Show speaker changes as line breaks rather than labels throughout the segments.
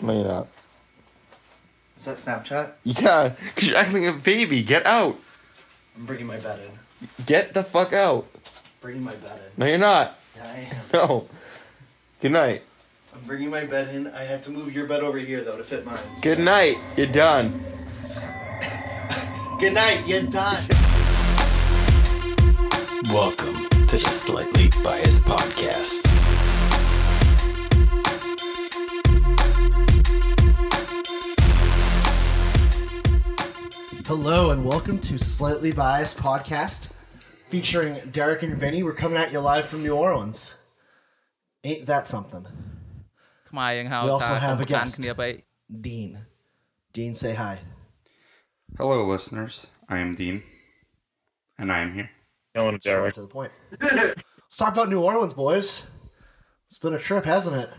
No, you're not.
Is that Snapchat?
Yeah, because you're acting like a baby. Get out.
I'm bringing my bed in.
Get the fuck out.
Bringing my bed in.
No, you're not.
Yeah, I am.
No. Good night.
I'm bringing my bed in. I have to move your bed over here though to fit mine.
Good night. You're done.
Good night. You're done.
Welcome to the Slightly Biased Podcast.
Hello and welcome to Slightly Biased Podcast featuring Derek and Vinny. We're coming at you live from New Orleans. Ain't that something?
We
We also
also
have a
កម្ពុ
guest.
ជាគ្នាបី
Dean. Dean, say hi.
Hello, listeners. I am Dean, and I am here.
Killing it,
Right
Derek.
to the point. Let's talk about New Orleans, boys. It's been a trip, hasn't it?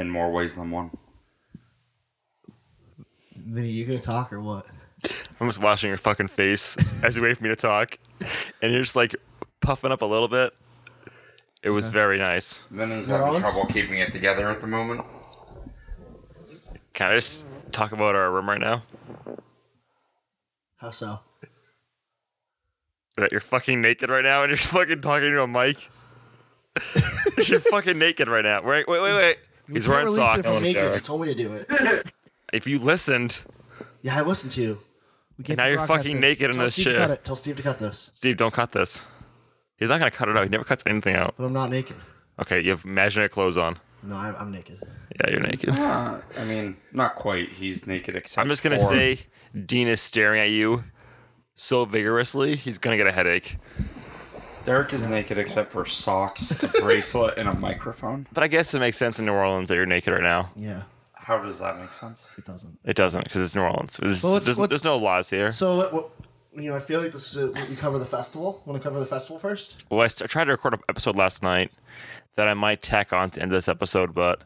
in more ways than one.
Vinny, you gonna talk or what?
I'm just watching your fucking face as you wait for me to talk, and you're just like puffing up a little bit. It was very nice.
Then is
They're
having
all-
trouble keeping it together at the moment.
Can I just talk about our room right now?
How so?
That you're fucking naked right now, and you're fucking talking to a mic. you're fucking naked right now. Wait, wait, wait, wait. He's wearing
Can't release it if
socks.
I'm naked.
Derek.
You told me to do it.
If you listened,
Yeah, I listened to you.
and now you're fucking naked in
Tell
this
Steve to cut
shit.
it. Tell Steve to cut this.
Steve, don't cut this. He's not gonna cut it out. He never cuts anything out.
But I'm not naked.
Okay, you have imaginary clothes on.
No, I'm, I'm naked.
Yeah, you're naked.
Uh, I mean, not quite. He's naked except.
I'm just gonna
for-
say Dean is staring at you so vigorously, he's gonna get a headache.
Derek is naked except for socks, a bracelet, and a microphone.
But I guess it makes sense in New Orleans that you're naked right now.
Yeah,
How does that make sense?
it doesn't.
It doesn't because it's New Orleans. There's,
Well, let's-
there's-
let's-
there's no laws here.
So, what, what, you know, I feel like this is we cover the festival. Want to cover the festival first?
Well, I, st- I tried to record an episode last night that I might tack on to end this episode, but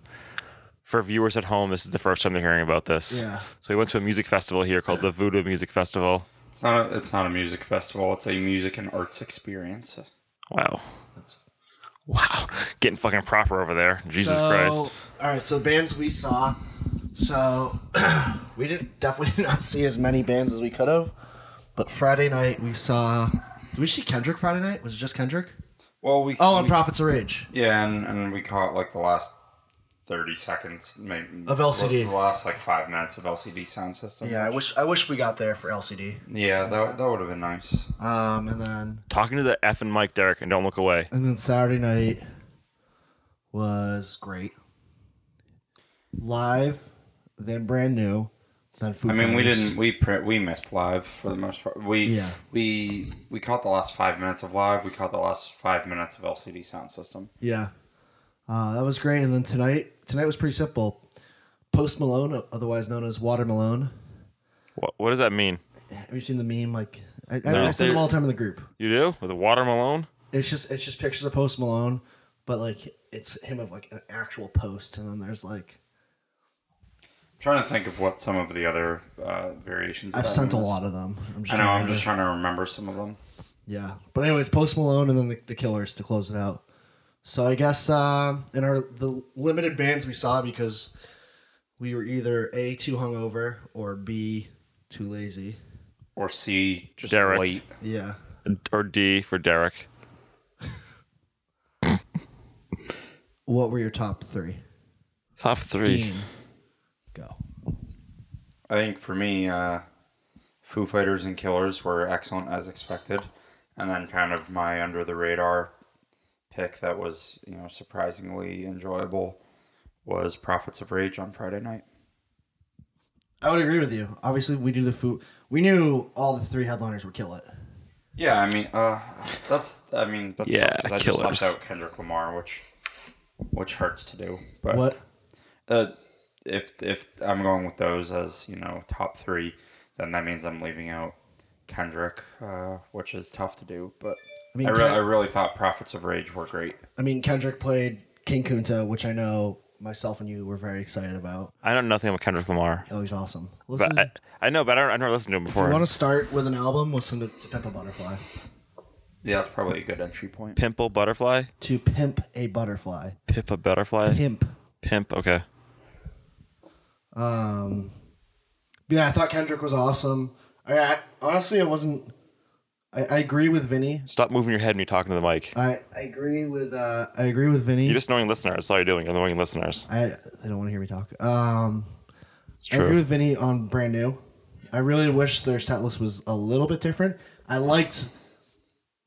for viewers at home, this is the first time they're hearing about this.
Yeah.
So we went to a music festival here called the Voodoo Music Festival.
It's not. A, it's not a music festival. It's a music and arts experience.
Wow.
That's-
Wow. Getting fucking proper over there. Jesus
So,
Christ.
All right, so bands we saw. So we didn't definitely did not see as many bands as we could have. But Friday night we saw. Did we see Kendrick Friday night? Was it just Kendrick?
Well, we.
Oh, and
we-
Prophets of Rage.
Yeah, and, and we caught like the last thirty seconds, maybe
Of LCD.
The last like five minutes of LCD sound system.
Yeah, I wish I wish we got there for LCD.
Yeah, that that would have been nice.
Um, and then
Talking to the effing mic, Derek, and don't look away.
and then Saturday night was great. Live, then brand new, then Foo
I mean, we
Fighters.
didn't. We print. We missed live for the most part. We
Yeah.
we we caught the last five minutes of live. We caught the last five minutes of LCD sound system.
Yeah, uh, that was great. And then tonight, tonight was pretty simple. Post Malone, otherwise known as Water Malone.
What, what does that mean?
Have you seen the meme? Like I, I,
No.
I send them all the time in the group.
You do? With a water Malone?
It's just it's just pictures of Post Malone, but like it's him of like an actual post, and then there's like
I'm trying to think of what some of the other uh, variations.
I've sent a lot of them. I'm
I know.
trying
I'm
to-
just trying to remember some of them.
Yeah. But anyways, Post Malone and then the, the Killers to close it out. So I guess um, in our the limited bands we saw because we were either a too hungover or b too lazy.
Or C, just
Derek.
late.
Yeah.
Or D for Derek?
What were your top three?
Top three.
Dean. Go.
I think for me, uh, Foo Fighters and Killers were excellent as expected, and then kind of my under the radar pick that was you know surprisingly enjoyable was Prophets of Rage on Friday night.
I would agree with you. Obviously, we do the food. We knew all the three headliners were kill it.
Yeah, I mean, uh, that's I mean, that's
Yeah,
tough 'cause I
killers.
just left out Kendrick Lamar, which which hurts to do. But
What?
Uh, if if I'm going with those as you know top three, then that means I'm leaving out Kendrick, uh, which is tough to do. But
I
I,
mean,
re-
Ken-
I really thought Prophets of Rage were great.
I mean, Kendrick played King Kunta, which I know myself and you were very excited about.
I know nothing about Kendrick Lamar.
Oh, he's awesome. Listen,
But I, I know, but I don't, I've never listened to him
if you
before.
want to start with an album, listen to, to Pimp a Butterfly.
Yeah, that's probably a good entry point.
Pimple Butterfly?
to pimp a butterfly.
Pip a Butterfly?
Pimp.
Pimp, okay.
Um, but yeah, I thought Kendrick was awesome. I, I honestly, I wasn't. I, I agree with Vinny.
Stop moving your head when you're talking to the mic.
I, I agree with uh, I agree with Vinny.
You're just annoying listeners. That's all you're doing. You're annoying listeners.
I they don't want to hear me talk. Um,
It's
I agree
true.
with Vinny on brand new. I really wish their set list was a little bit different. I liked,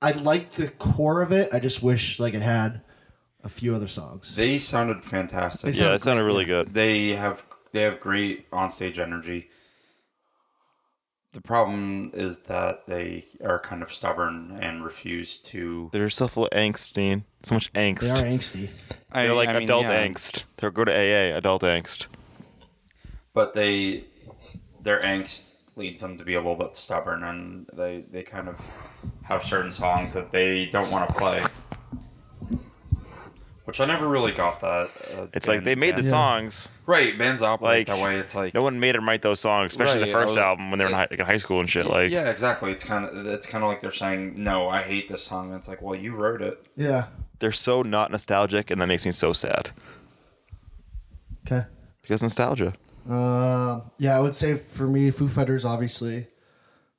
I liked the core of it. I just wish like it had a few other songs.
They sounded fantastic.
They
Yeah,
sound
that sounded really good.
They have they have great onstage energy. The problem is that they are kind of stubborn and refuse to.
They're so full of angst, Dean. So much
They
angst.
are angsty.
I-
They're like
I mean,
adult
yeah,
angst. They're go to AA, adult angst.
But they, their angst leads them to be a little bit stubborn, and they they kind of have certain songs that they don't want to play. Which I never really got that. Uh,
It's like
band-
they made the
band-
songs.
right. Bands operate
Like,
that way. It's like
No one made them write those songs, especially
Right,
the
I
first
was-
album when they were in high, like in high school and shit. Like,
yeah, exactly. It's kind of it's kind of like they're saying, "No, I hate this song." And it's like, "Well, you wrote it."
Yeah.
they're so not nostalgic, and that makes me so sad
Okay.
because nostalgia.
Um, yeah, I would say for me, Foo Fighters, obviously.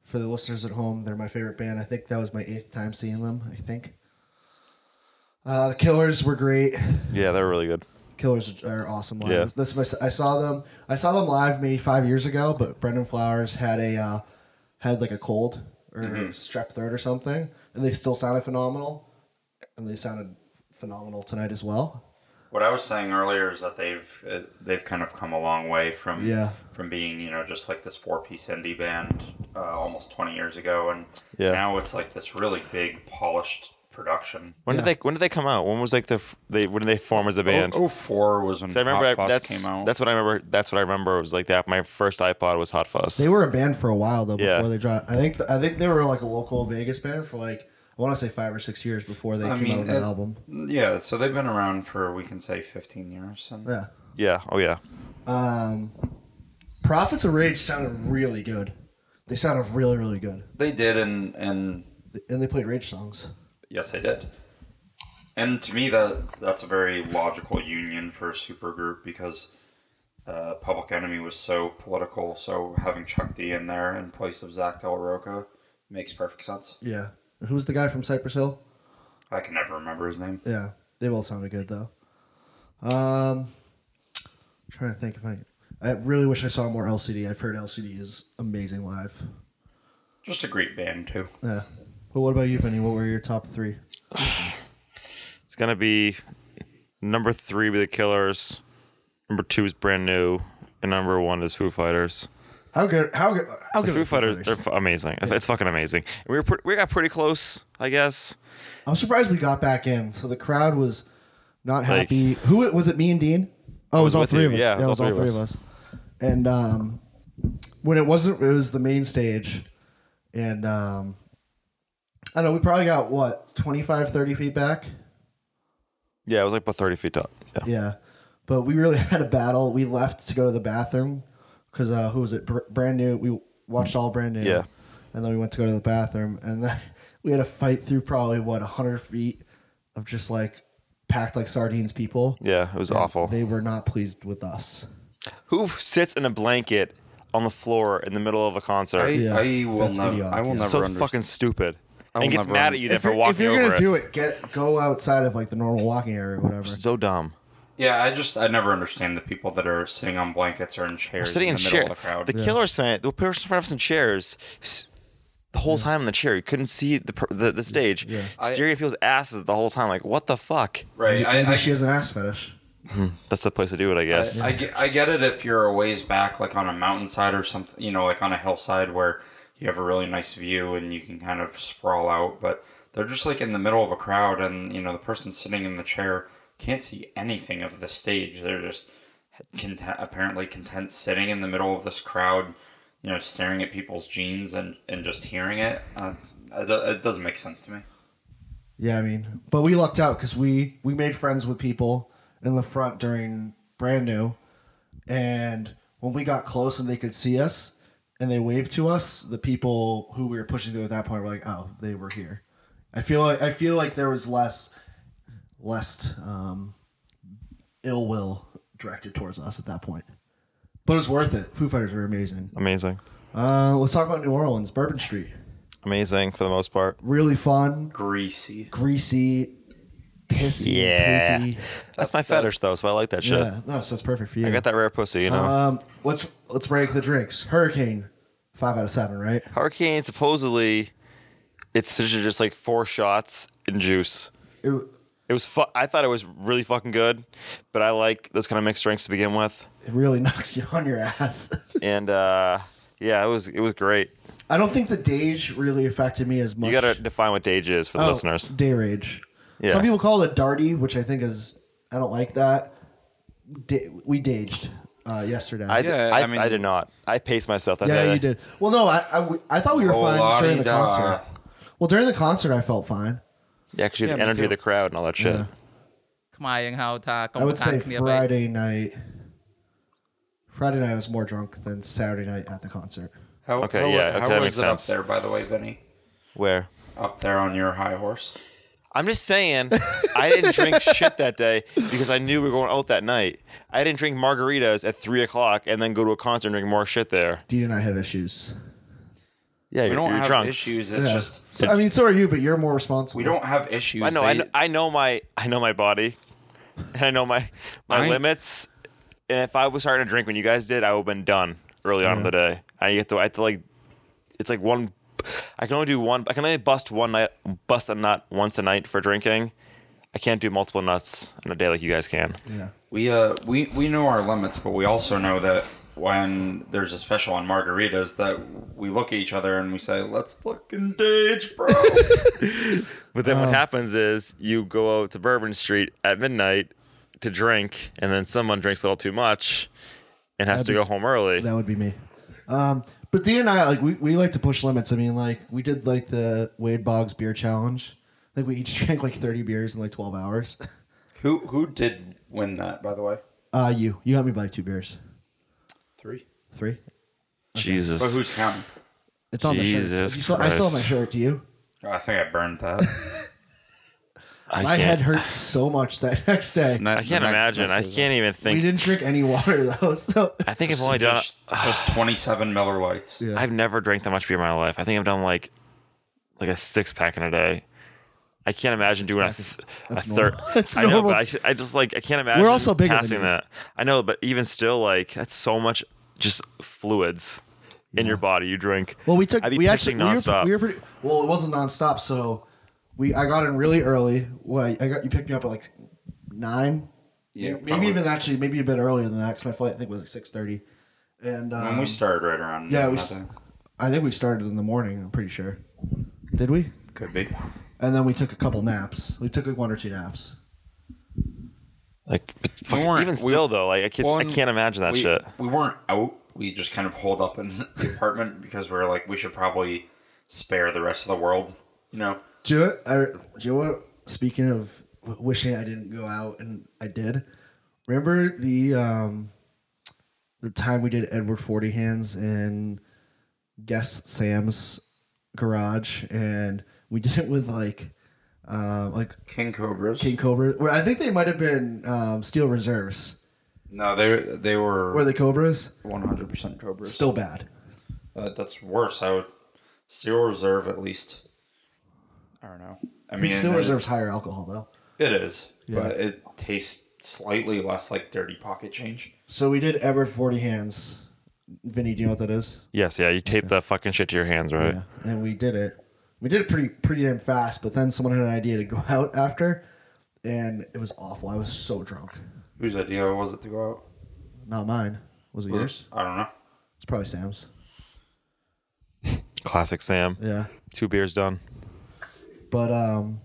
For the listeners at home, they're my favorite band. I think that was my eighth time seeing them. I think. Uh, the Killers were great.
Yeah, they're really good.
Killers are awesome live.
Yeah.
That's my, I saw them. I saw them live maybe five years ago, but Brendan Flowers had a uh, had like a cold or strep throat or something, and they still sounded phenomenal, and they sounded phenomenal tonight as well.
What I was saying earlier is that they've uh, they've kind of come a long way from
Yeah.
from being you know just like this four piece indie band uh, almost twenty years ago, and
Yeah.
now it's like this really big polished production.
When
Yeah.
did they When did they come out? When was like the f- they When did they form as a band?
Oh, 04 was when
I remember I-
Hot Fuss
that's
came out.
that's what I remember. That's what I remember. It was like that. My first iPod was Hot Fuss.
They were a band for a while though
Yeah.
before they dropped. I think I think they were like a local Vegas band for like I want to say five or six years before they
I
came
mean,
out with that
uh,
album.
yeah, so they've been around for we can say fifteen years. And
Yeah.
yeah. Oh yeah.
Um, Prophets of Rage sounded really good. They sounded really really good,
They did, and and
and they played Rage songs.
Yes, I did. And to me, that that's a very logical union for a supergroup because uh, Public Enemy was so political. So having Chuck D in there in place of Zach Del Rocca makes perfect sense.
Yeah. And who's the guy from Cypress Hill?
I can never remember his name.
Yeah, they both sounded good though. Um, trying to think if I, I really wish I saw more LCD. I've heard LCD is amazing live.
Just a great band too.
Yeah, but what about you, Vinny? What were your top three?
It's gonna be number three be the Killers. Number two is brand new, and number one is Foo Fighters.
How good? How good? How
The
good?
Foo
are
Fighters, they're f- amazing. It's fucking amazing. And we were pre- we got pretty close, I guess.
I'm surprised we got back in. So the crowd was not happy. Who was it? Me and Dean. Oh, it was,
was
all
with
three
you.
of us.
Yeah, it
it was all three of us. And um, when it wasn't, it was the main stage, and um, I don't know. We probably got what 25, 30 feet back.
Yeah, it was like about thirty feet up. Yeah.
Yeah, but we really had a battle. We left to go to the bathroom because uh, who was it? Br- brand new. We watched all brand new.
Yeah.
and then we went to go to the bathroom, and then we had a fight through probably what hundred feet of just like packed like sardines people.
Yeah, it was awful.
They were not pleased with us.
Who sits in a blanket on the floor in the middle of a concert?
I,
Yeah,
I will
that's
never.
idiotic.
I will never.
It's
so
understand.
fucking stupid.
will
And gets
never
mad
under-
at you then for walking
you're
over
gonna
it.
do it, get go outside of like the normal walking area or whatever.
So dumb.
Yeah, I just I never understand the people that are sitting on blankets or in chairs
Sitting
in the
in chair.
middle of the crowd.
The killer tonight. The person in front of us in chairs. s- The whole time in the chair, you couldn't see the per- the, the stage. Staring at people's asses the whole time. Like, what the fuck?
right.
Maybe
I, I,
she has an ass fetish.
That's the place to do it, I guess.
I, get, I get it if you're a ways back, like on a mountainside or something, you know, like on a hillside where you have a really nice view and you can kind of sprawl out. But they're just like in the middle of a crowd, and you know, the person sitting in the chair can't see anything of the stage. They're just content, apparently content sitting in the middle of this crowd, you know, staring at people's jeans and, and just hearing it. Uh, it, do- it doesn't make sense to me.
Yeah, I mean, but we lucked out because we we made friends with people in the front during brand new, and when we got close and they could see us and they waved to us, the people who we were pushing through at that point were like, "Oh, they were here." I feel like I feel like there was less less um, ill will directed towards us at that point. But it was worth it. Foo Fighters were amazing.
Amazing.
Uh, let's talk about New Orleans, Bourbon Street.
Amazing for the most part.
Really fun,
Greasy.
greasy, pissy,
Yeah.
poopy.
That's, my fetish though, so I like that shit.
Yeah, no, so it's perfect for you.
I got that rare pussy, you know.
Uh,
Um, let's let's rank the drinks. Hurricane, five out of seven, right?
Hurricane supposedly it's literally just like four shots and juice.
It,
It was fu- I thought it was really fucking good, but I like those kind of mixed drinks to begin with.
it really knocks you on your ass.
And uh, yeah, it was it was great.
I don't think the Dage really affected me as much.
You gotta define what Dage is for the
Oh,
listeners.
Day rage.
Yeah.
Some people call it a darty, which I think is I don't like that. Da- we daged uh, yesterday.
I,
Yeah,
I,
I mean-
I did not. I paced myself that
yeah,
day.
you did. Well, no, I, I, w- I thought we were
Oh,
fine during the
la-di-da.
concert. Well, during the concert, I felt fine.
Yeah, because you had
Yeah,
the
me
energy
too.
of the crowd and all that shit.
I would say Friday night. Friday night I was more drunk than Saturday night at the concert.
How,
Okay,
how,
yeah, okay,
how
that
was
makes
it
sense.
up there, by the way, Vinny?
Where?
Up there on your high horse?
I'm just saying, I didn't drink shit that day because I knew we were going out that night. I didn't drink margaritas at three o'clock and then go to a concert and drink more shit there.
Dean and I have issues.
Yeah,
We
you're,
don't
you're
have
drunks.
issues. It's
Yeah.
just
So, I mean, so are you, but you're more responsible.
we don't have issues.
I know, I
They-
know, I know my, I know my body, and I know my, my
I-
limits. And if I was starting to drink when you guys did, I would have been done early on in the day. I get to, I have to like, it's like one, I can only do one, I can only bust one night, bust a nut once a night for drinking. I can't do multiple nuts in a day like you guys can.
Yeah.
We uh we we know our limits, but we also know that when there's a special on margaritas, that we look at each other and we say, "Let's fucking dage, bro."
But then
Oh.
what happens is you go out to Bourbon Street at midnight to drink, and then someone drinks a little too much and has to
That'd
go home early.
That would be me. Um, but Dean and I like we, we like to push limits. I mean, like we did like the Wade Boggs beer challenge. Like we each drank like thirty beers in like twelve hours.
who who did win that, by the way?
Uh, you you got me by two beers,
Three.
three.
But
Jesus.
who's counting?
It's on the shirt.
Jesus
You still, I still have my
Christ.
shirt. Do you?
I think I burned that.
I
my
can't,
head hurt so much that next day.
I can't imagine. I can't
uh,
even
we
think.
didn't drink any water though. So
I think I've only done.
Just, just 27 Miller Lights.
Yeah.
I've never drank that much beer in my life. I think I've done like, like a six pack in a day. I can't imagine doing a, th- a
that's
third.
normal. That's
I know,
normal.
but I, sh- I just like I can't imagine.
also bigger than
passing
you.
that. I know, but even still, like that's so much just fluids in your body. You drink.
well, we took
I'd be
we
pissing
actually we were-
nonstop.
We were, pretty well. It wasn't nonstop. So we I got in really early. Well, I, I got you picked me up at like nine.
Yeah,
maybe
probably.
even actually maybe a bit earlier than that because my flight I think was like six thirty, and um,
And we started right around.
yeah, we,
noon, I
s-
think.
I think we started in the morning. I'm pretty sure. Did we?
could be.
And then we took a couple naps. We took like one or two naps.
like but fuck,
weren't-
even
we-
still though, like I can't, I
One-
can't imagine that
we,
shit.
We weren't out. We just kind of holed up in the apartment because we were like, we should probably spare the rest of the world. You know,
Do you, I, do you know what? Speaking of w- wishing I didn't go out, and I did. Remember the um, the time we did Edward Forty Hands in Guest Sam's garage, and we did it with like um, like
King Cobras.
King Cobra. Where I think they might have been um, Steel Reserves.
No, they they
Were
were
the Cobras
one hundred percent Cobras.
still bad?
uh, that's worse. I would Steel Reserve at least. I don't know.
I
I mean,
think Steel
it-
Reserves higher alcohol though.
It is,
Yeah.
but it tastes slightly less like dirty pocket change.
So we did Edward Forty Hands. Vinny, do you know what that is?
Yes, yeah, you tape the fucking shit to your hands, right?
Yeah, and we did it. We did it pretty pretty damn fast, but then someone had an idea to go out after, and it was awful. I was so drunk.
Whose idea was it to go out?
Not mine. Was it yours?
I don't know.
It's probably Sam's.
Classic Sam.
Yeah,
Two beers done.
but um,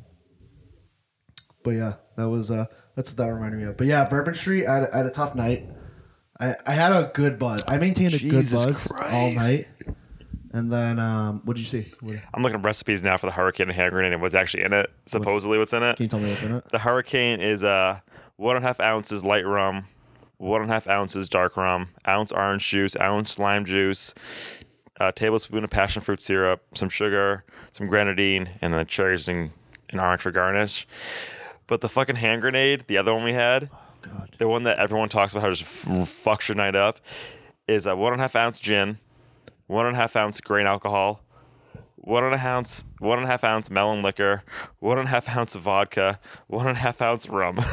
but yeah, that was uh, that's what that reminded me of. But yeah, Bourbon Street. I had, I had a tough night. I, I had a good buzz. I maintained a
Jesus
good buzz all night. And then um, what did you see? What, can
I'm looking at recipes now for the hurricane and hand grenade and what's actually in it. Supposedly, what's in it?
you tell me what's in it?
The hurricane is uh one and a half ounces light rum, one and a half ounces dark rum, ounce orange juice, ounce lime juice, a tablespoon of passion fruit syrup, some sugar, some grenadine, and then cherries and, and orange for garnish. But the fucking hand grenade, the other one we had,
God,
the one that everyone talks about how just f- fucks your night up, is a one and a half ounce gin, one and a half ounce grain alcohol, one and a half ounce one and a half ounce melon liquor, one and a half ounce vodka, one and a half ounce rum.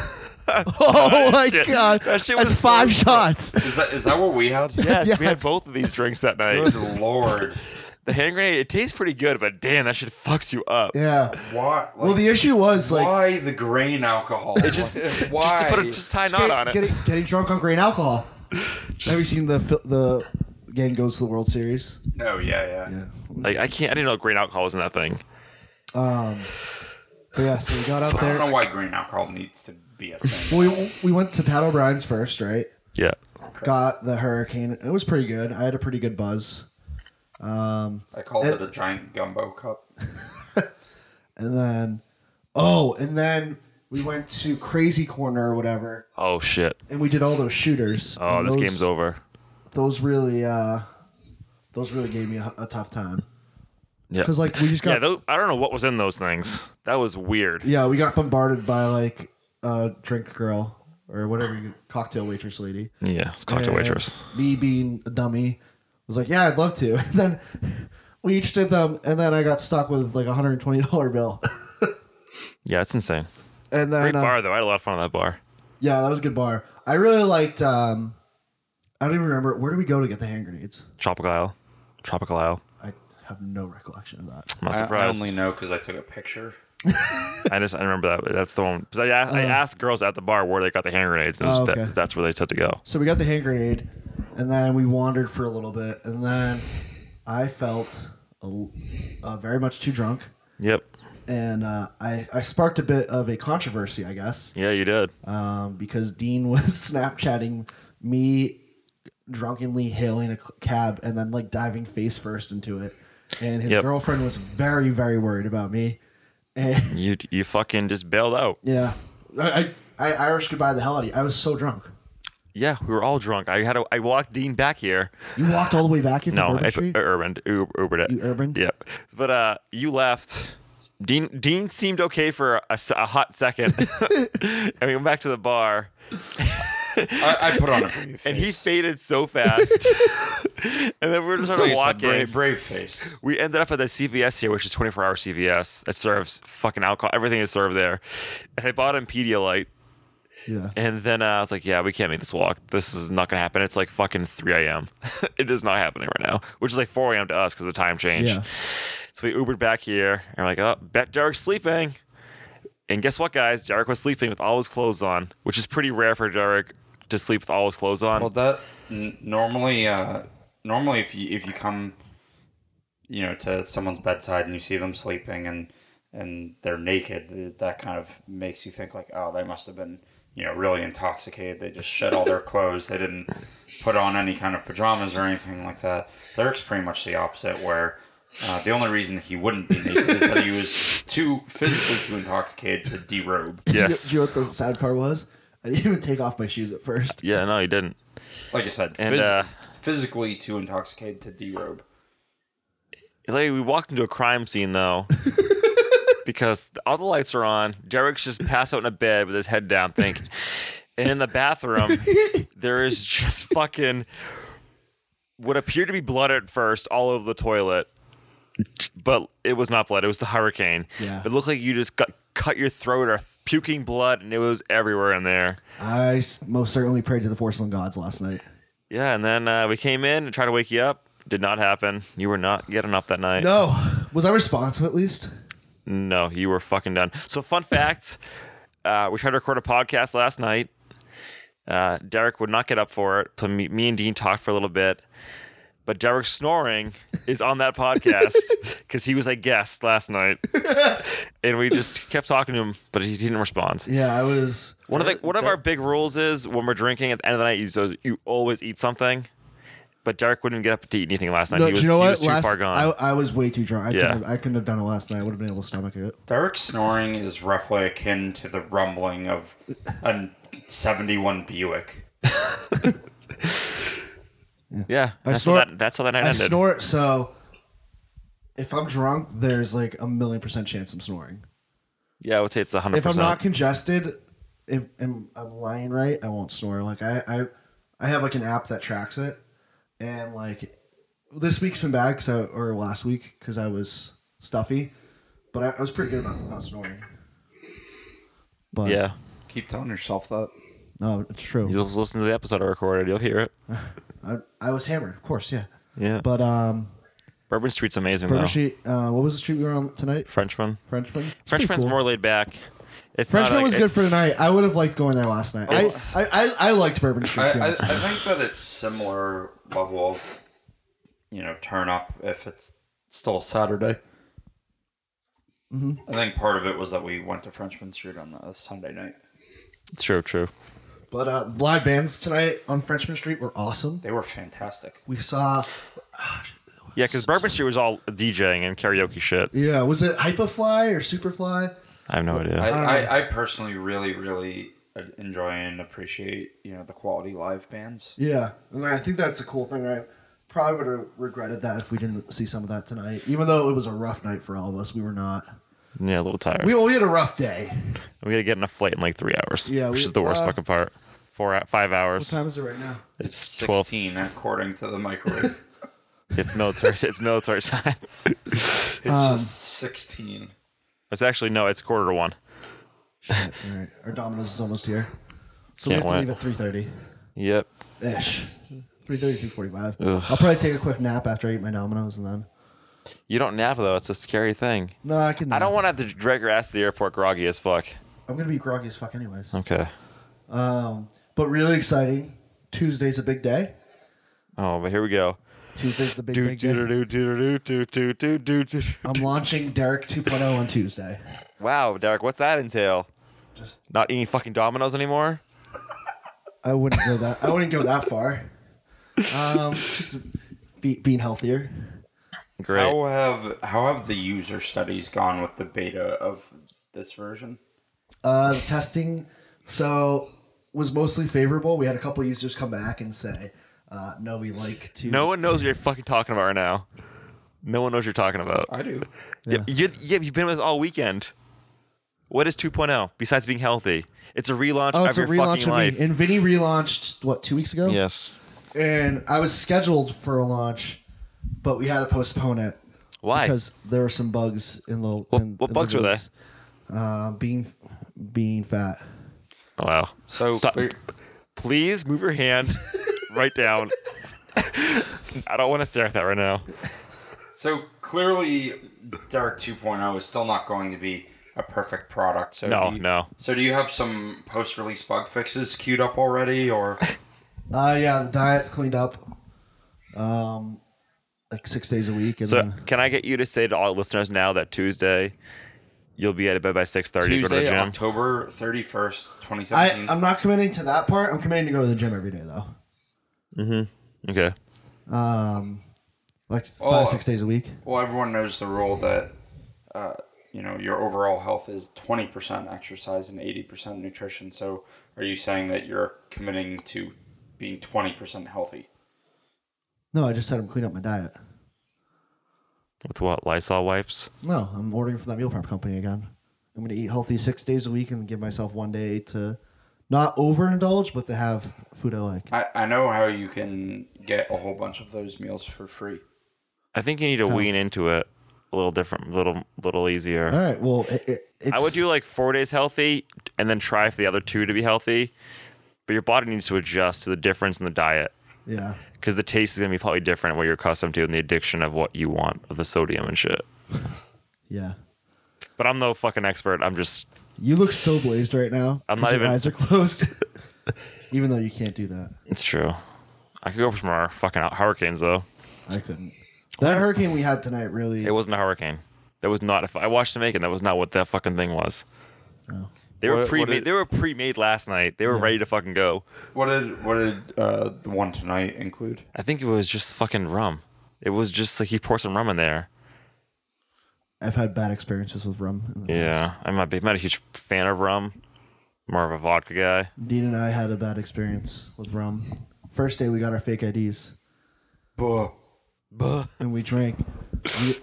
Oh my
shit.
god,
That shit
that's
was so
five
good.
shots.
Is that is that what we had?
yes,
Yeah,
we had both of these drinks that night.
Good lord.
The hand grenade, it tastes pretty good, but damn, that shit fucks you up.
Yeah.
What?
Well, the issue was like
why the grain alcohol? It
Just,
why?
just to put a just tie a knot
get-
on it.
Getting, getting drunk on grain alcohol. Have you seen the fil- the gang goes to the World Series?
oh yeah, yeah.
Like I can't, I didn't know grain alcohol was in that thing.
Um, but yeah, so we got out
I don't
there.
know why grain alcohol needs to be a thing.
We we went to Pat O'Brien's first, right?
Yeah,
Got the hurricane. It was pretty good. I had a pretty good buzz. Um,
I called
It-
it a giant gumbo cup.
And then, oh, and then we went to Crazy Corner or whatever,
Oh shit!
and we did all those shooters.
Oh,
and
this
those-
game's over.
Those really, uh, those really gave me a, a tough time
Yeah,
because like we just got
yeah. Those, I don't know what was in those things. That was weird.
Yeah, we got bombarded by like a drink girl or whatever you- cocktail waitress lady.
Yeah, it's cocktail
And
waitress.
Me being a dummy was like, yeah, I'd love to. And then we each did them, and then I got stuck with like a hundred and twenty dollar bill.
Yeah, it's insane.
And then
Great
uh,
bar though. I had a lot of fun at that bar.
yeah, that was a good bar. I really liked. um I don't even remember where did we go to get the hand grenades.
Tropical Isle. Tropical Isle.
I have no recollection of that.
I'm not
I, I
surprised. I,
only know because I took a picture.
just I remember that. That's the one. Because I, a- I asked girls at the bar where they got the hand grenades, and it was-
Oh, okay.
that- that's where they said to go.
So we got the hand grenade, and then we wandered for a little bit, and then I felt a l uh, very much too drunk,
Yep.
and uh, I, I sparked a bit of a controversy, I guess,
Yeah, you did.
um, because Dean was Snapchatting me drunkenly hailing a c- cab and then like diving face first into it, and his
Yep.
girlfriend was very very worried about me, and
You you fucking just bailed out.
yeah, I I, I Irish goodbye the hell out of you. I was so drunk.
Yeah, we were all drunk. I had a, I walked Dean back here.
You walked all the way back here from
No,
Bourbon
I er,
Street?
urban Uber, Ubered it.
You Ubered?
Yep. But uh, you left. Dean Dean seemed okay for a, s- a hot second, and we went back to the bar,
I, I put on a brave face.
and he faded so fast. and then we were just sort of
Please, a
walking.
brave, brave face.
We ended up at the CVS here, which is 24 hour CVS. It serves fucking alcohol. Everything is served there. And I bought him Pedialyte.
yeah.
And then uh, I was like, yeah, we can't make this walk. This is not going to happen. It's like fucking 3 a.m. it is not happening right now, which is like 4 a.m. to us because of the time change.
Yeah.
So we Ubered back here and we're like, oh, bet Derek's sleeping. And guess what, guys? Derek was sleeping with all his clothes on, which is pretty rare for Derek to sleep with all his clothes on.
Well, that n- normally, uh, normally if you if you come, you know, to someone's bedside and you see them sleeping and and they're naked, th- that kind of makes you think like, oh, they must have been, you know, really intoxicated. They just shed all their clothes. They didn't put on any kind of pajamas or anything like that. Derek's pretty much the opposite, where. Uh, the only reason he wouldn't be naked is that he was too physically too intoxicated to derobe.
yes.
Do you, do you know what the sad part was? I didn't even take off my shoes at first.
yeah, no, you didn't.
Like I said,
And,
phys-
uh,
physically too intoxicated to derobe.
It's like we walked into a crime scene though. because all the lights are on. Derek's just passed out in a bed with his head down, thinking. and in the bathroom, there is just fucking what appeared to be blood at first all over the toilet. But it was not blood. It was the hurricane.
Yeah.
It looked like you just got cut your throat or puking blood, and it was everywhere in there.
I s- most certainly prayed to the porcelain gods last night.
Yeah, and then uh, we came in and tried to wake you up. Did not happen. You were not getting up that night.
No, was I responsive at least?
No, you were fucking done. So, fun fact: uh, we tried to record a podcast last night. Uh, Derek would not get up for it. So me, me and Dean talked for a little bit, but Derek snoring is on that podcast because he was a guest last night, and we just kept talking to him, but he didn't respond.
Yeah, I was.
One of the one of our big rules is when we're drinking at the end of the night, you, so you always eat something. But Derek wouldn't get up to eat anything last night.
No,
he was,
do you know
he
what?
was too
last,
far gone.
I, I was way too drunk. I,
Yeah.
couldn't have, I couldn't have done it last night. I would have been able to stomach it.
Derek's snoring is roughly akin to the rumbling of a 71 Buick.
yeah,
I
that's,
snore-
how that, that's how that night
I
ended.
snort, so if I'm drunk, there's like a million percent chance I'm snoring.
yeah, I would say it's hundred
If I'm
percent.
not congested, if, and I'm lying right, I won't snore. Like I, I, I have like an app that tracks it, and like this week's been bad because I or last week because I was stuffy, but I, I was pretty good about not snoring. But
Yeah.
Keep telling yourself that.
no, Oh, it's true.
You just listen to the episode I recorded. You'll hear it.
I, I was hammered, of course, yeah.
Yeah.
But um,
Bourbon Street's amazing,
Bourbon
though.
Street. Uh, what was the street we were on tonight?
Frenchman.
Frenchman. It's pretty
Frenchman's
cool.
more laid back. It's not
Frenchman
like-
was
it's-
good for tonight. I would have liked going there last night. I,
It's-
I, I, I liked Bourbon Street.
I,
to be
I, I
honest with you.
think that it's similar level of you know turn up if it's still Saturday. I think part of it was that we went to Frenchman Street on the Sunday night.
True, true.
But uh, live bands tonight on Frenchman Street were awesome.
They were fantastic.
We saw,
Yeah, because Bourbon Street was all DJing and karaoke shit.
yeah, was it Hypofly or Superfly?
I have no idea.
I, I, I personally really really uh, enjoy and appreciate you know the quality live bands.
Yeah, and I think that's a cool thing. I probably would have regretted that if we didn't see some of that tonight. Even though it was a rough night for all of us, we were not.
yeah, a little tired.
We,
We,
we had a rough day.
gotta get in a flight in like three hours.
Yeah,
which
we-
is the worst
uh,
fucking part. Four, hou- five
What
hours.
time is it right now?
It's twelve.
Sixteen according to the microwave.
It's military. it's military time.
It's just sixteen.
It's actually no. It's quarter to one.
All right, our Domino's is almost here,
Can't
so we have to
wait.
leave at three thirty
Yep.
ish. 3.30, 3.45.
Ugh.
I'll probably take a quick nap after I eat my Domino's and then.
You don't nap though. It's a scary thing.
No, I can.
I don't want to have to drag your ass to the airport groggy as fuck.
I'm gonna be groggy as fuck anyways.
Okay.
Um, but really exciting. Tuesday's a big day.
Oh, but here we go.
Tuesday's the big,
Do
big day.
do do do do do do do do.
I'm launching Derek 2.0 on Tuesday.
Wow, Derek, what's that entail?
Just
Not eating fucking Dominoes anymore?
I wouldn't go that. I wouldn't go that far. Um, just be, being healthier.
Great.
How have how have the user studies gone with the beta of this version?
Uh, the testing so was mostly favorable. We had a couple users come back and say, uh, "No, we like to."
No one knows what you're fucking talking about right now. No one knows what you're talking about.
I do.
Yeah. You, yeah, you've been with us all weekend. What is 2.0 besides being healthy? It's a relaunch
Oh,
of
it's a
your
relaunch
fucking
of
life.
me. And Vinny relaunched what two weeks ago.
yes.
And I was scheduled for a launch, but we had to postpone it.
Why?
Because there were some bugs in the.
What-
in-
what
in
bugs
the
were they?
release. Uh, being, being fat.
Oh, wow.
So
Stop.
clear-
Please move your hand right down. I don't want to stare at that right now.
so clearly, Dark 2.0 is still not going to be a perfect product. So
No,
do you-
no.
So do you have some post-release bug fixes queued up already, or
Uh, yeah, the diet's cleaned up. Um, like six days a week, and
So,
then
can I get you to say to all listeners now that Tuesday you'll be out of bed by 6:30 to go to the
Tuesday,
gym?
October 31st,
I
2017?
um,
I'm not committing to that part. I'm committing to go to the gym every day though.
Okay.
Um, Like five
Oh.
six days a week.
well, everyone knows the rule that uh, you know your overall health is 20% exercise and 80% nutrition. So are you saying that you're committing to being 20% healthy?
No, I just said I'm cleaning up my diet.
With what? Lysol wipes?
No, I'm ordering from that meal prep company again. I'm gonna eat healthy six days a week and give myself one day to not overindulge, but to have food I like.
I, I know how you can get a whole bunch of those meals for free.
I think you need to wean into it a little different, little little easier.
All right, well, it, it, it's,
I would do like four days healthy and then try for the other two to be healthy. But your body needs to adjust to the difference in the diet
Yeah,
because the taste is going to be probably different what you're accustomed to and the addiction of what you want of the sodium and shit.
yeah.
But I'm no fucking expert. I'm just
You look so blazed right now.
I'm
'cause
not
your
even-
Eyes are closed. even though you can't do that.
it's true. I could go for some more fucking hurricanes though.
I couldn't. That hurricane we had tonight really.
It wasn't a hurricane. That was not. If I watched Jamaican, that was not what that fucking thing was. They were
What-
pre.
what
made
did-
they were pre-made last night. They were ready to fucking go.
What did what did uh, the one tonight include?
I think it was just fucking rum. It was just like he poured some rum in there.
I've had bad experiences with rum. In the
Yeah, I'm not, big, I'm not a huge fan of rum. More of a vodka guy.
Dean and I had a bad experience with rum. First day we got our fake IDs
Buh.
and we drank.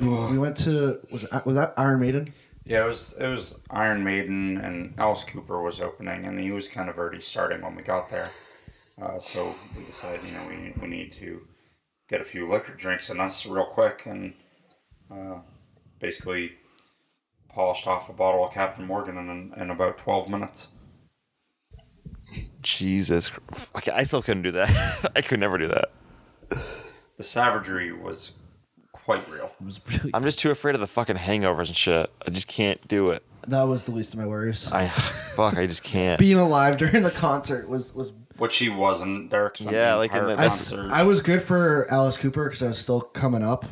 We, we went to was it, was that Iron Maiden?
Yeah, it was it was Iron Maiden and Alice Cooper was opening, and he was kind of already starting when we got there. Uh, so we decided, you know, we we need to get a few liquor drinks in us real quick and uh, basically polished off a bottle of Captain Morgan in, in about 12 minutes.
Jesus, Chr- fuck, I still couldn't do that. I could never do that.
The savagery was quite real.
It was really,
I'm just too afraid of the fucking hangovers and shit. I just can't do it.
that was the least of my worries.
I fuck. I just can't.
Being alive during the concert was was
Which he wasn't. Derek's been
Yeah,
the
like in
entire
the-
I, s-
concert.
I was good for Alice Cooper because I was still coming up.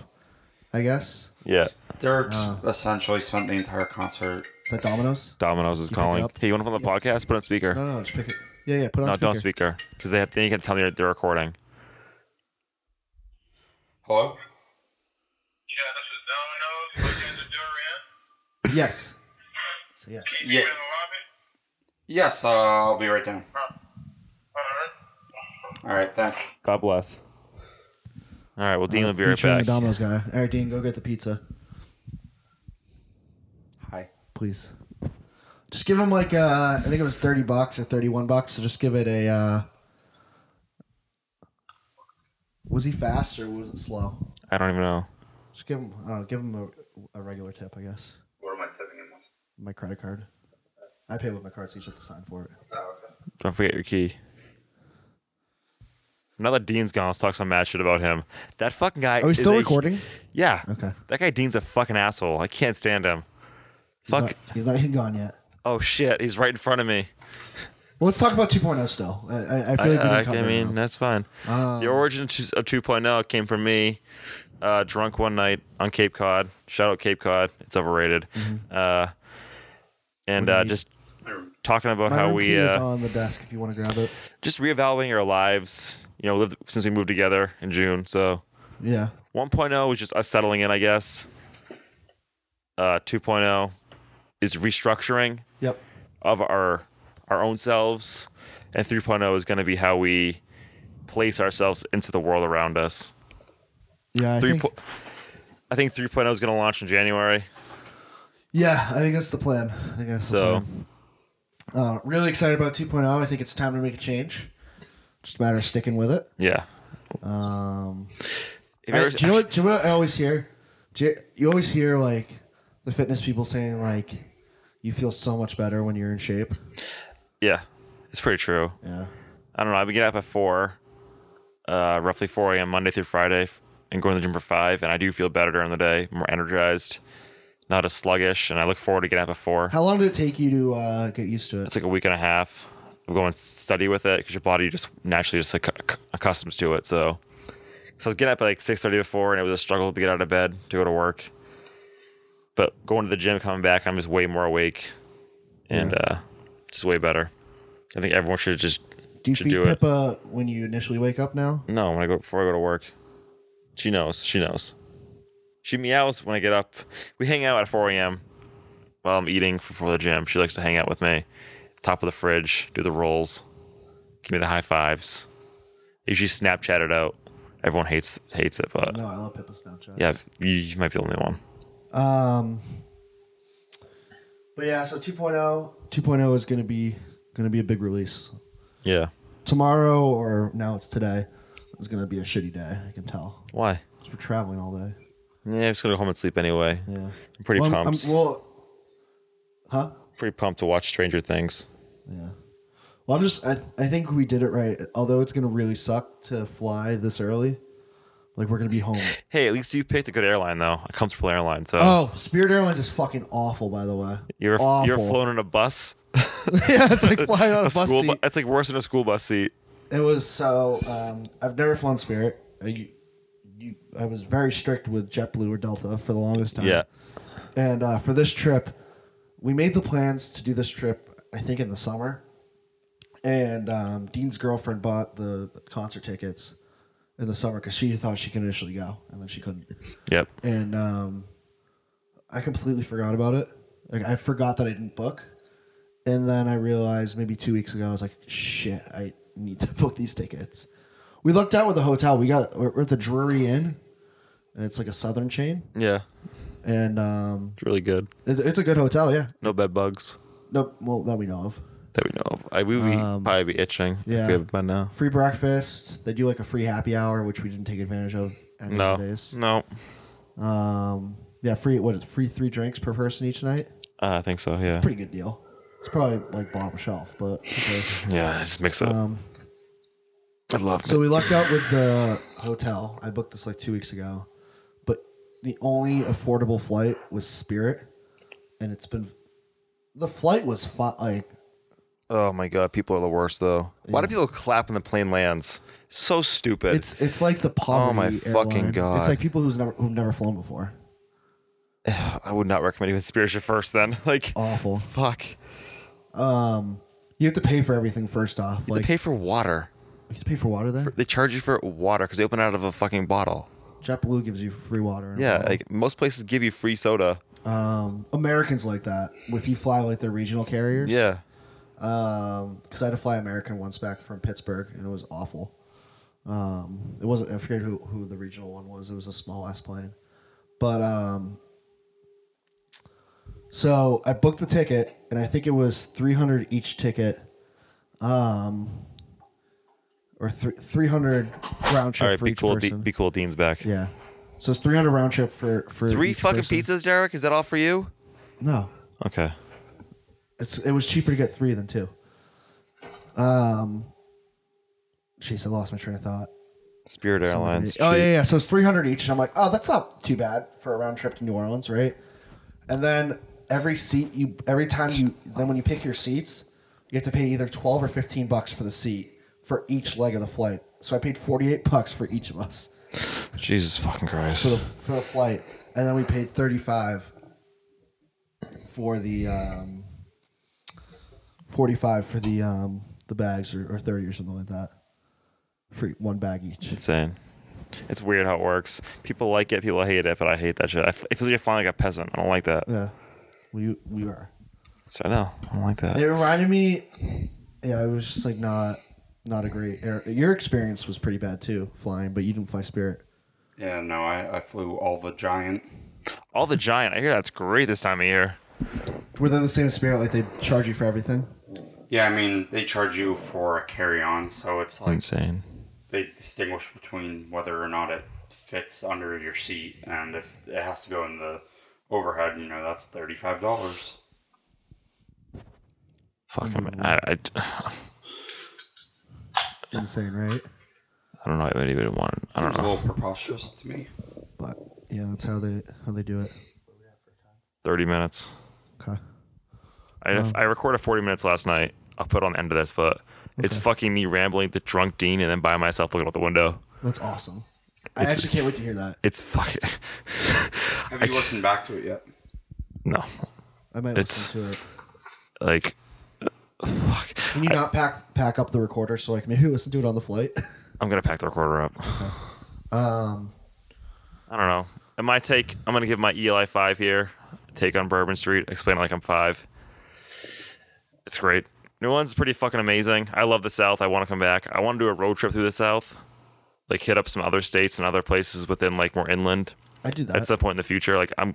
I guess
Yeah.
Derek's essentially spent the entire concert.
is that Domino's?
Domino's is
pick it
calling.
up?
Hey, you want to put on the podcast? Put it on speaker.
No,
No,
no, just pick it. Yeah, yeah. Put it on speaker.
don't speaker because they have, then you can tell me they're recording.
Hello?
Yeah, this is Domino's. Looking the durian.
Yes. So yes.
Can
Yeah.
you in the lobby? Oh.
Yes, uh, I'll be right down.
All right.
All right, thanks.
God bless. All right. Well, Dean will be right
Featuring
back.
The Domino's guy. All right, Dean, go get the pizza,
Hi.
please. Just give him like uh, I think it was thirty bucks or thirty-one bucks. So just give it a. Uh, was he fast or was it slow?
I don't even know.
Just give him. I don't know. Give him a, a regular tip, I guess.
What am I tipping him with?
My credit card. I pay with my card, so you should have to sign for it.
Oh, okay.
Don't forget your key. Now that Dean's gone, let's talk some mad shit about him. That fucking guy.
Are we
is
still
a-
recording?
Yeah.
Okay.
That guy Dean's a fucking asshole. I can't stand him. Fuck.
Uh, He's not, he's not gone yet.
oh shit. He's right in front of me.
Well, let's talk about 2.0 still. I, I, I feel like we
I,
didn't cover
I
it
mean,
enough. Ah.
that's fine. the origin uh, of 2.0 came from me, uh, drunk one night on Cape Cod. Shout out Cape Cod. It's overrated.
Mm-hmm.
Uh, and uh, just talking about
My
how
room key
we
is
uh,
on the desk if you want to grab it.
just reevaluating our lives. You know, lived since we moved together in June. So
Yeah.
1.0 was just us settling in, I guess. Uh, 2.0 is restructuring
Yep.
of our our own selves and 3.0 is going to be how we place ourselves into the world around us
Yeah. I
3
think,
po- I think 3.0 is going to launch in January
yeah, I think that's the plan. I think that's the
so
plan. Uh, really excited about 2.0. I think it's time to make a change. Just a matter of sticking with it.
yeah
Um,
Have you
I,
ever-
do you know what? Do you know what I always hear? Do you, you always hear like the fitness people saying like, "You feel so much better when you're in shape."
yeah it's pretty true
Yeah.
I don't know I've been getting up at 4 uh, roughly 4 a.m. Monday through Friday f- and going to the gym for 5 and I do feel better during the day more energized not as sluggish and I look forward to getting up at 4
How long did it take you to uh, get used to it?
it's like a week and a half of going steady with it because your body just naturally just accu- accustoms to it. So, so I was getting up at like six thirty before, and it was a struggle to get out of bed to go to work. But going to the gym, coming back, I'm just way more awake, and uh, just way better. I think everyone should just
do you
should
feed
do it.
Pippa when you initially wake up now?
No, when I go before I go to work, she knows. She knows. She meows when I get up. We hang out at 4 a.m. while I'm eating before the gym. She likes to hang out with me. Top of the fridge, do the rolls, give me the high fives. Usually Snapchat it out. Everyone hates hates it, but
No, I love Pippa Snapchat.
yeah, you, you might be the only one.
Um. But yeah, so oh, 2.0. 2.0 is gonna be gonna be a big release
Yeah.
tomorrow or now it's today. It's gonna be a shitty day. I can tell.
Why?
'Cause We're traveling all day.
Yeah, I'm just gonna go home and sleep anyway.
Yeah.
I'm pretty
Well, I'm-
pumped.
I'm- well, huh?
pretty pumped to watch Stranger Things.
Yeah. Well, I'm just. I, I think we did it right. Although it's gonna really suck to fly this early. Like we're gonna be home.
Hey, at least you picked a good airline though, a comfortable airline. So
Oh, Spirit Airlines is fucking awful, by the way.
you're
awful.
you're flown in a bus.
yeah, it's like flying on a,
a
bus
school
seat.
bu- it's like worse than a school bus seat.
It was so. Um, I've never flown Spirit. I, you, you, I was very strict with JetBlue or Delta for the longest time.
Yeah.
And uh, for this trip, we made the plans to do this trip. I think in the summer, and um, Dean's girlfriend bought the concert tickets in the summer because she thought she could initially go, and then she couldn't.
Yep.
And um, I completely forgot about it. Like I forgot that I didn't book, and then I realized maybe two weeks ago I was like, "Shit, I need to book these tickets." We looked out with the hotel. We got we're, we're at the Drury Inn, and it's like a Southern chain,
Yeah.
and um,
It's really good.
it's, it's a good hotel. Yeah,
No bed bugs.
no, well that we know of.
that we know of. I, we would
Um,
probably be itching
yeah.
if we have by now.
Free breakfast. They do like a free happy hour, which we didn't take advantage of. Any
No,
of the days.
no,
Um, yeah, free. What is it, free? Three drinks per person each night.
uh, I think so. Yeah,
Pretty good deal. It's probably like bottom shelf, but okay.
yeah. Just mix it up.
Um,
I love
So we lucked out with the hotel. I booked this like two weeks ago, but the only affordable flight was Spirit, and it's been the flight was fi- like
Oh my god, people are the worst though. Why do people clap when the plane lands? So stupid.
it's it's like the poverty.
Oh my fucking
airline.
God.
It's like people who's never who've never flown before.
I would not recommend even Spirit your first then. Like
Awful.
fuck.
You have to pay for everything first off.
They
Like
pay for water.
you have to pay for water there.
They charge you for water because they open it out of a fucking bottle.
JetBlue gives you free water. in a
Yeah,
bottle.
like most places give you free soda.
um, Americans like that. If you fly like their regional carriers.
Yeah.
because Um, I had to fly American once back from Pittsburgh, and it was awful. Um, it wasn't. I forget who, who the regional one was. It was a small ass plane, but um, so I booked the ticket, and I think it was three hundred each ticket, um, or three hundred round trip
All right,
for
be
each
cool. De-
person.
be cool. Dean's back.
yeah, so it's three hundred round trip for for
Three
each
fucking
person.
pizzas, Derek. Is that all for you?
No,
Okay.
It's it was cheaper to get three than two. Um, jeez, I lost my train of thought.
Spirit Airlines.
Oh
cheap.
yeah, yeah. So it's three hundred each, and I'm like, oh, that's not too bad for a round trip to New Orleans, right? And then every seat you, every time you, then when you pick your seats, you have to pay either twelve or fifteen bucks for the seat for each leg of the flight. So I paid forty eight bucks for each of us
Jesus fucking
for the,
Christ.
for the flight, and then we paid thirty five for the um, forty five for the um, the bags or, or thirty or something like that. Free one bag each.
Insane. It's weird how it works. People like it. People hate it. But I hate that shit. I f- it feels like you're flying like a peasant. I don't like that.
Yeah, we we are.
So no, I don't like that.
It reminded me. Yeah, it was just like not not a great. Air. Your experience was pretty bad too, flying, but you didn't fly Spirit.
Yeah, no, I, I flew all the giant.
All the giant. I hear that's great this time of year.
Were they the same as Spirit? Like they charge you for everything?
Yeah, I mean, they charge you for a carry on, so it's like
Insane.
they distinguish between whether or not it fits under your seat and if it has to go in the overhead, you know, that's $35.
Fucking. Man. I, I, I
Insane, right?
don't know. I even want. I don't
Seems a
know.
little preposterous to me.
But yeah, that's how they how they do it.
Thirty minutes.
Okay.
I, I recorded 40 minutes last night. I'll put it on the end of this, but it's fucking me rambling the drunk Dean and then by myself looking out the window.
That's awesome. I
It's-
actually can't wait to hear that.
It's fucking.
Have you listened back to it yet?
No.
I might
It's-
listen to it.
Like, fuck.
Can you not pack pack up the recorder so I can maybe listen to it on the flight?
I'm going to pack the recorder up.
Um,
I don't know. And my take, I'm going to give my ELI 5 here. Take on Bourbon Street. Explain it like I'm 5. It's great. New Orleans is pretty fucking amazing. I love the South. I want to come back. I want to do a road trip through the South. Like, hit up some other states and other places within, like, more inland.
I do that.
at some point in the future. Like I'm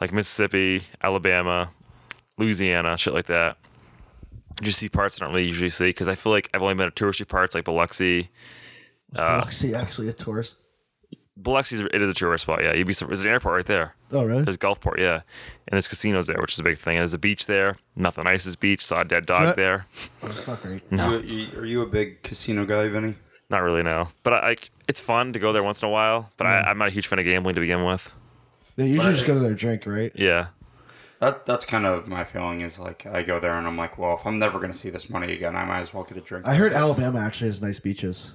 like Mississippi, Alabama, Louisiana, shit like that. Just see parts I don't really usually see because I feel like I've only been to touristy parts like Biloxi.
Biloxi actually a tourist.
Biloxi is it is a tourist spot. Yeah, you'd be sur- there's an airport right there.
Oh really?
There's Gulfport, yeah, and there's casinos there, which is a big thing. And there's a beach there. Nothing nice is beach. Saw a dead dog
Yeah.
there.
That's not great.
You- you- are you a big casino guy, Vinny?
Not really no, but I, I it's fun to go there once in a while. But I, I'm not a huge fan of gambling to begin with.
They usually just go to their drink, right?
Yeah,
That that's kind of my feeling is like I go there and I'm like, well, if I'm never gonna see this money again, I might as well get a drink.
I heard Alabama actually has nice beaches.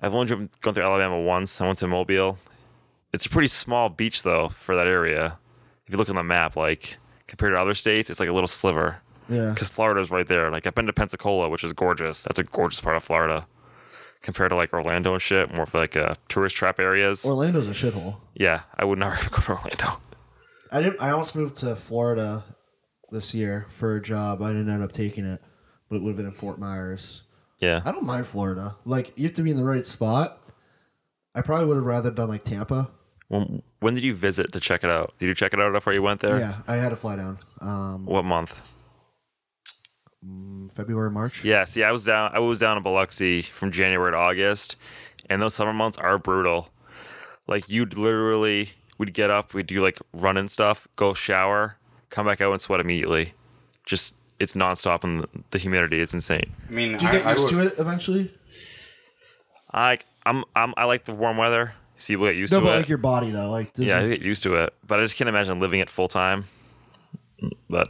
I've only driven, gone through Alabama once. I went to Mobile. It's a pretty small beach though for that area. If you look on the map, like compared to other states, it's like a little sliver.
Yeah.
Because Florida's right there. Like I've been to Pensacola, which is gorgeous. That's a gorgeous part of Florida. Compared to like Orlando and shit, more of like uh, tourist trap areas.
Orlando's a shithole.
yeah, I would not go to Orlando.
I didn't. I almost moved to Florida this year for a job. I didn't end up taking it, but it would have been in Fort Myers. I
Yeah,
don't mind Florida. Like you have to be in the right spot. I probably would have rather done like Tampa.
when, when did you visit to check it out? Did you check it out before you went there?
Yeah, I had to fly down. Um,
What month?
mm, February, March.
Yeah, see, I was down. I was down in Biloxi from January to August, and those summer months are brutal. Like you'd literally, we'd get up, we'd do like running stuff, go shower, come back out and sweat immediately. Just it's nonstop and the humidity. It's insane.
I mean,
Do you
I,
get
I
used
would,
to it eventually?
I like. I'm. I'm. I like the warm weather. See, we get used
No,
to
but
it.
like your body though, like does
yeah, I
it-
get used to it, but I just can't imagine living it full time. But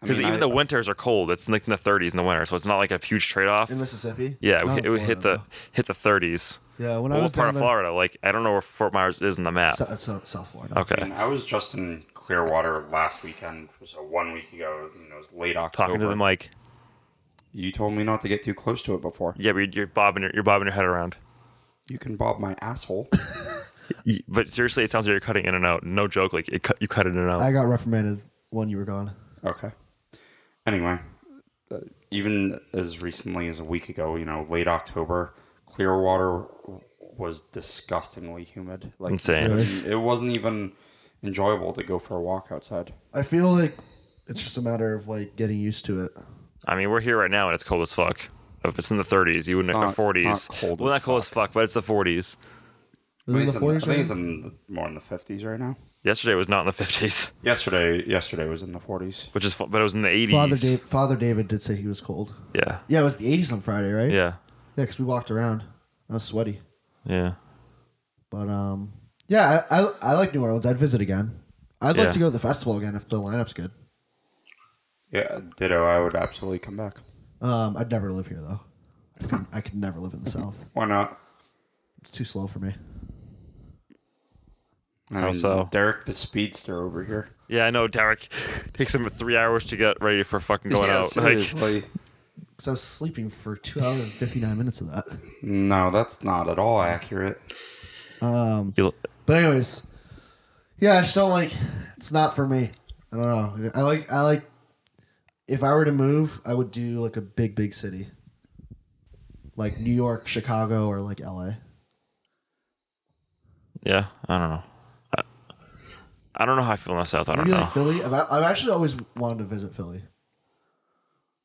because
mean,
even
I-
the winters are cold. It's like in the 30s in the winter, so it's not like a huge trade off.
in Mississippi.
Yeah, we
Not
hit,
in
we hit the
Florida,
hit the 30s.
though. yeah. When I
Well,
was
what part
down
of
there-
Florida? Like, I don't know where Fort Myers is in the map.
So- so- South Florida.
I mean,
okay.
I was just in Clearwater last weekend, so one week ago. You know, it was late October.
Talking to them like,
You told me not to get too close to it before.
yeah, but you're, you're bobbing your you're bobbing your head around.
You can bob my asshole.
Y- But seriously, it sounds like you're cutting in and out. No joke, like it cut, you cut in and out.
I got reprimanded when you were gone.
Okay. Anyway, uh, even as recently as a week ago, you know, late October, Clearwater was disgustingly humid. Like
Insane.
It, wasn't even enjoyable to go for a walk outside.
I feel like it's just a matter of like getting used to it.
I mean, we're here right now and it's cold as fuck. If it's in the 30s, you wouldn't
not-
or
it's
40s.
not cold
well,
as
not cold as fuck, but it's the 40s.
I
Was it
think
in the
it's in the- I
40s?
think
right
it's
now?
in the, more in the fifties right now.
Yesterday was not in the 50s,
Yesterday, yesterday was in the forties.
which is fu- but it was in the 80s.
Father, Dave, Father David did say he was cold.
Yeah,
Yeah, it was the 80s on Friday, right?
yeah,
Yeah, because we walked around. I was sweaty.
yeah.
But um, yeah, I, I, I like New Orleans. I'd visit again. I'd like
Yeah.
to go to the festival again if the lineup's good.
Yeah, ditto. I would absolutely come back.
Um, I'd never live here though. I could, I could never live in the South.
Why not?
It's too slow for me.
I
How
mean,
so?
Derek the speedster over here.
Yeah, I know, Derek. Takes him three hours to get ready for fucking going
Yeah,
out. Like,
seriously.
Because I was sleeping for two hours and fifty nine minutes of that.
no, that's not at all accurate.
you-
But anyways, yeah, I just don't like. It's not for me. I don't know. I like. I like. If I were to move, I would do like a big, big city, like New York, Chicago, or like L.A.
Yeah, I don't know. I, I don't know how I feel in the south. I don't
Maybe
know.
like Philly. I've, I've actually always wanted to visit Philly.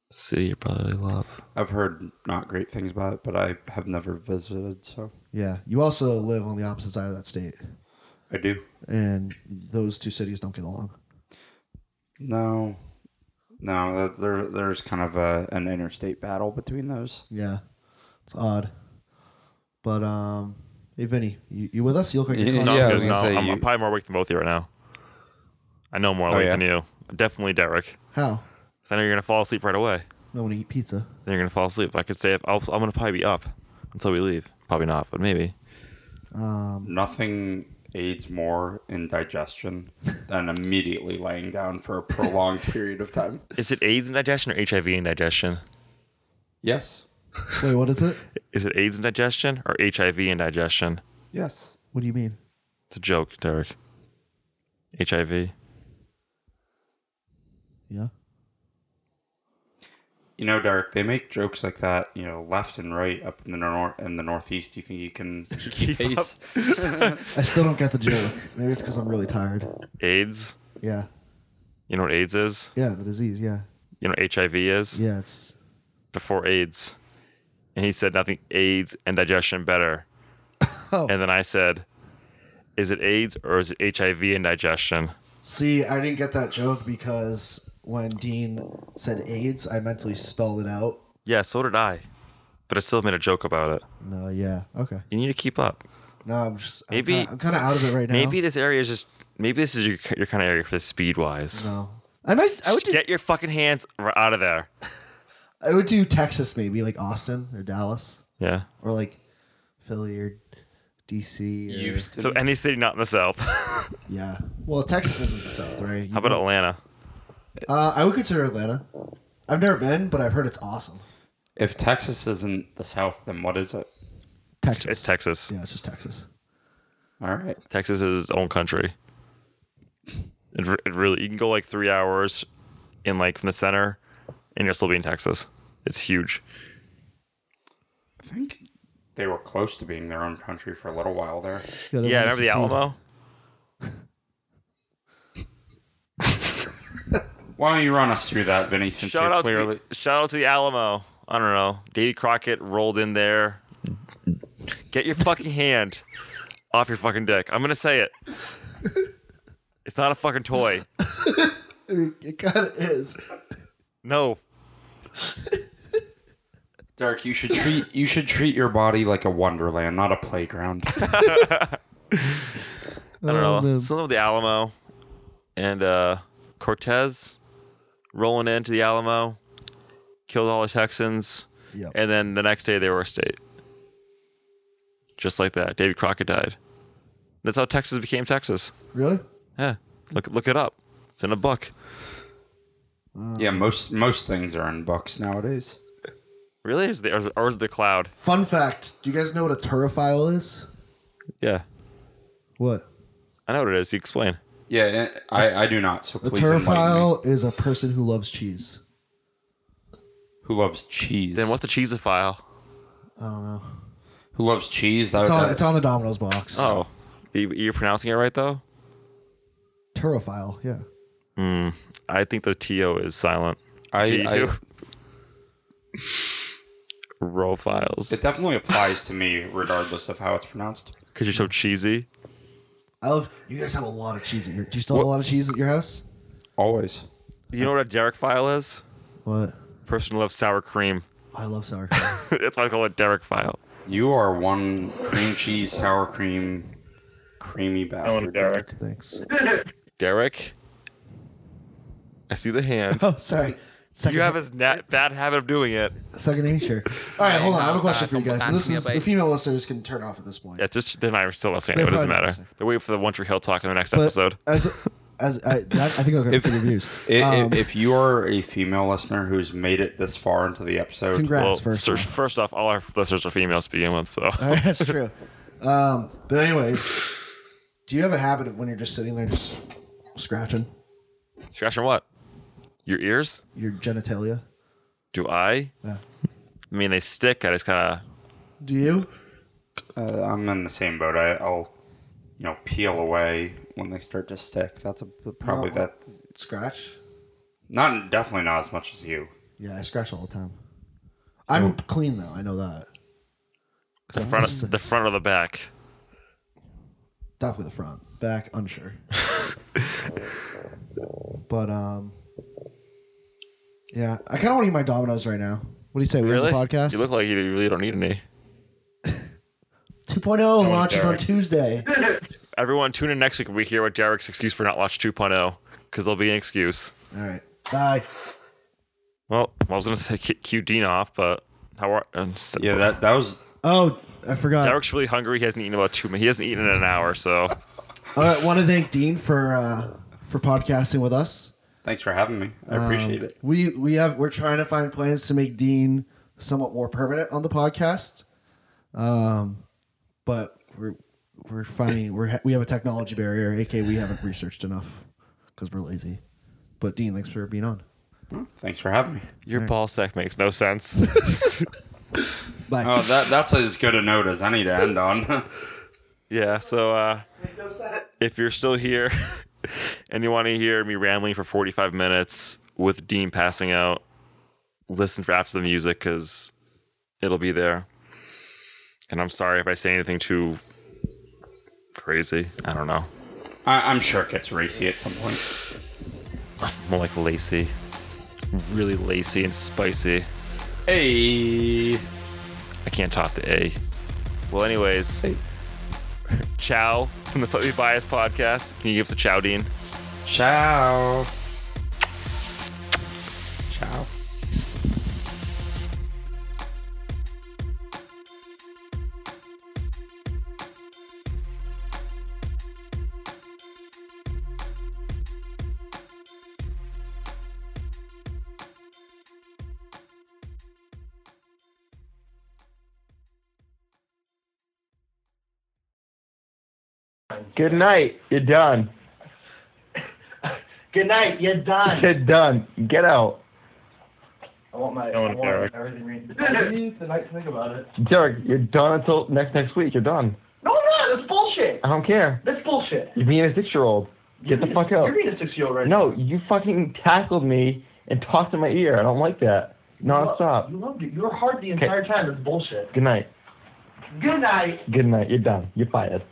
City you probably love.
I've heard not great things about it, but I have never visited, so
Yeah, you also live on the opposite side of that state,
I do.
and those two cities don't get along.
No, no, that- there, there's kind of a, an interstate battle between those.
Yeah, it's odd. But um, hey Vinny, you, you with us? You look like you're
Yeah,
calling
yeah, I
out.
was gonna
no,
say
I'm,
you- Oh,
I'm probably more awake than both of you right now. I know more awake
yeah?
than you. Definitely Derek.
How?
'Cause I know you're gonna fall asleep right away.
No want to eat pizza.
Then you're gonna fall asleep. I could say if I'll, I'm gonna probably be up until we leave. Probably not, but maybe.
Um,
Nothing aids more in digestion than immediately laying down for a prolonged period of time.
Is it AIDS in digestion or HIV in digestion?
Yes,
Wait, what is it?
Is it AIDS in digestion or HIV in digestion?
yes.
What do you mean?
It's a joke, Derek. HIV.
Yeah.
You know, Derek, they make jokes like that, you know, left and right up in the nor- in the northeast. Do you think you can keep pace?
I still don't get the joke. Maybe it's because I'm really tired.
AIDS.
Yeah.
You know what AIDS is?
Yeah, the disease. Yeah.
You know what HIV is?
Yeah, it's.
before AIDS. And he said nothing AIDS and digestion better.
Oh.
And then I said, is it AIDS or is it HIV and digestion?
See, I didn't get that joke because when Dean said AIDS, I mentally spelled it out.
Yeah, so did I. But I still made a joke about it.
No, yeah. Okay.
You need to keep up.
No, I'm just. I'm
Maybe-
kinda- I'm kind of out of it right now.
Maybe this area is just, maybe this is your, your kind of area for speed wise.
No. I might. I would do.
Get your fucking hands r- out of there.
I would do Texas, maybe like Austin or Dallas
Yeah.
or like Philly or DC. Or,
So any city not in the South. How
Yeah. Well, Texas isn't the South, right? How
about Atlanta?
Uh, I would consider Atlanta. I've never been, but I've heard it's awesome.
if Texas isn't the South, then what is it?
Texas.
It's Texas.
yeah, it's just Texas.
All right.
Texas is its own country. It, re- it really, you can go like three hours in like from the center, and you'll still be in Texas. It's huge.
I think they were close to being their own country for a little while there.
they
yeah,
wanna
remember the
secede.
Alamo?
Why don't you run us through that, Vinny? Since
Shout
you
out,
clearly,
to the, shout out to the Alamo. I don't know. Davy Crockett rolled in there. Get your fucking hand off your fucking dick. I'm gonna say it. It's not a fucking toy.
I mean, it kind of is.
No.
Derek, you should treat you should treat your body like a wonderland, not a playground.
Oh,
I don't know. Some of the Alamo and uh, Cortez rolling into the Alamo, killed all the Texans,
Yep.
and then the next day they were a state. Just like that, Davy Crockett died. That's how Texas became Texas.
Really?
Yeah, look look it up. It's in a book.
yeah, most most things are in books nowadays.
Really? Is the or is, or is it the cloud?
Fun fact: Do you guys know what a turophile is?
Yeah,
What?
I know what it is. You explain.
Yeah, I, I do not. So
A
please enlighten me.
turophile is a person who loves cheese.
Who loves cheese?
Then what's a cheesophile?
I don't know.
Who loves cheese? That,
It's on,
that-
it's on the Domino's box.
Oh, you, you're pronouncing it right though.
Turophile, yeah.
I think the to is silent.
I, I-
T-U. Roll files.
it definitely applies to me regardless of how it's pronounced.
Because you're so cheesy.
I love. You guys have a lot of cheese at your. Do you still have a
What-
lot of cheese at your house?
Always.
You know what a Derek file is?
What?
Person who loves sour cream.
I love sour cream.
That's why I call it Derek file.
You are one cream cheese, sour cream, creamy bastard.
Derek.
Thanks.
Derek? I see the hand.
Oh, sorry. Second,
You have his nat- bad habit of doing it.
second nature. All right, hold on. I
Uh,
have a question for you guys. So this is the female listeners can turn off at this point.
Yeah, just they're not still listening.
They're
It doesn't
probably not
matter.
listening.
They're waiting for the One Tree Hill talk in the next
But
episode.
As as I, that, I think I'll get
If-
the reviews.
I- i-
Um,
if you are a female listener who's made it this far into the episode,
Congrats
Well,
first.
sir- first off, all our listeners are females to begin with, so
All right, that's true. Um, but anyways, do you have a habit of when you're just sitting there just scratching
scratching what? Your ears?
your genitalia?
Do I?
Yeah.
I mean, they stick. I just kind of
Do you?
uh, I'm in the same boat. I, I'll, you know, peel away when they start to stick. That's a, probably
No.
that's
Scratch?
not definitely not as much as you.
Yeah, I scratch all the time. I'm clean though. I know that.
the front, of, the front or the back.
Definitely the front, back, unsure. but um, yeah, I kind of want to eat my Domino's right now. What do you say? We
Really?
have a podcast.
You look like you really don't need any.
2.0 launches on
Derek.
Tuesday.
Everyone, tune in next week when we hear what Derek's excuse for not launch 2.0 because oh, there'll be an excuse.
All right. Bye.
Well, I was going to say Q- cue Dean off, but how are. Uh,
Yeah, that that was
Oh, I forgot.
Derek's really hungry. He hasn't eaten about two minutes. He hasn't eaten in an hour, so.
All right. Want to thank Dean for uh, for podcasting with us.
Thanks for having me. I appreciate it.
We we have we're trying to find plans to make Dean somewhat more permanent on the podcast. Um, but we're we're finding we're ha- we have a technology barrier, aka we haven't researched enough because we're lazy. But Dean, thanks for being on.
Thanks for having me.
Your ball sack makes no sense.
Bye.
Oh, that that's as good a note as any to end on.
yeah, so uh, if you're still here and you want to hear me rambling for 45 minutes with Dean passing out, listen for After the Music because it'll be there. And I'm sorry if I say anything too crazy. I don't know.
I, I'm sure it gets racy at some point.
More like lacy. Really lacy and spicy.
Hey.
I can't talk to A. Well, anyways, ciao from the Slightly Biased podcast. Can you give us a ciao, Dean?
Ciao. Ciao.
Good night. You're done.
Good night. You're done.
You're done. Get out.
I want my.
Going,
I want
Derek.
everything. re- I need the night to think about it.
Derek, you're done until next next week. You're done.
No, I'm not. That's bullshit.
I don't care.
That's bullshit.
You're being a six year old. Get the fuck out.
You're being a six year old right
No, you fucking tackled me and talked in my ear. I don't like that.
now.
Non-stop.
You loved it. You were hard the entire time. It's bullshit.
Good night.
Good night.
Good night. You're done. You're fired.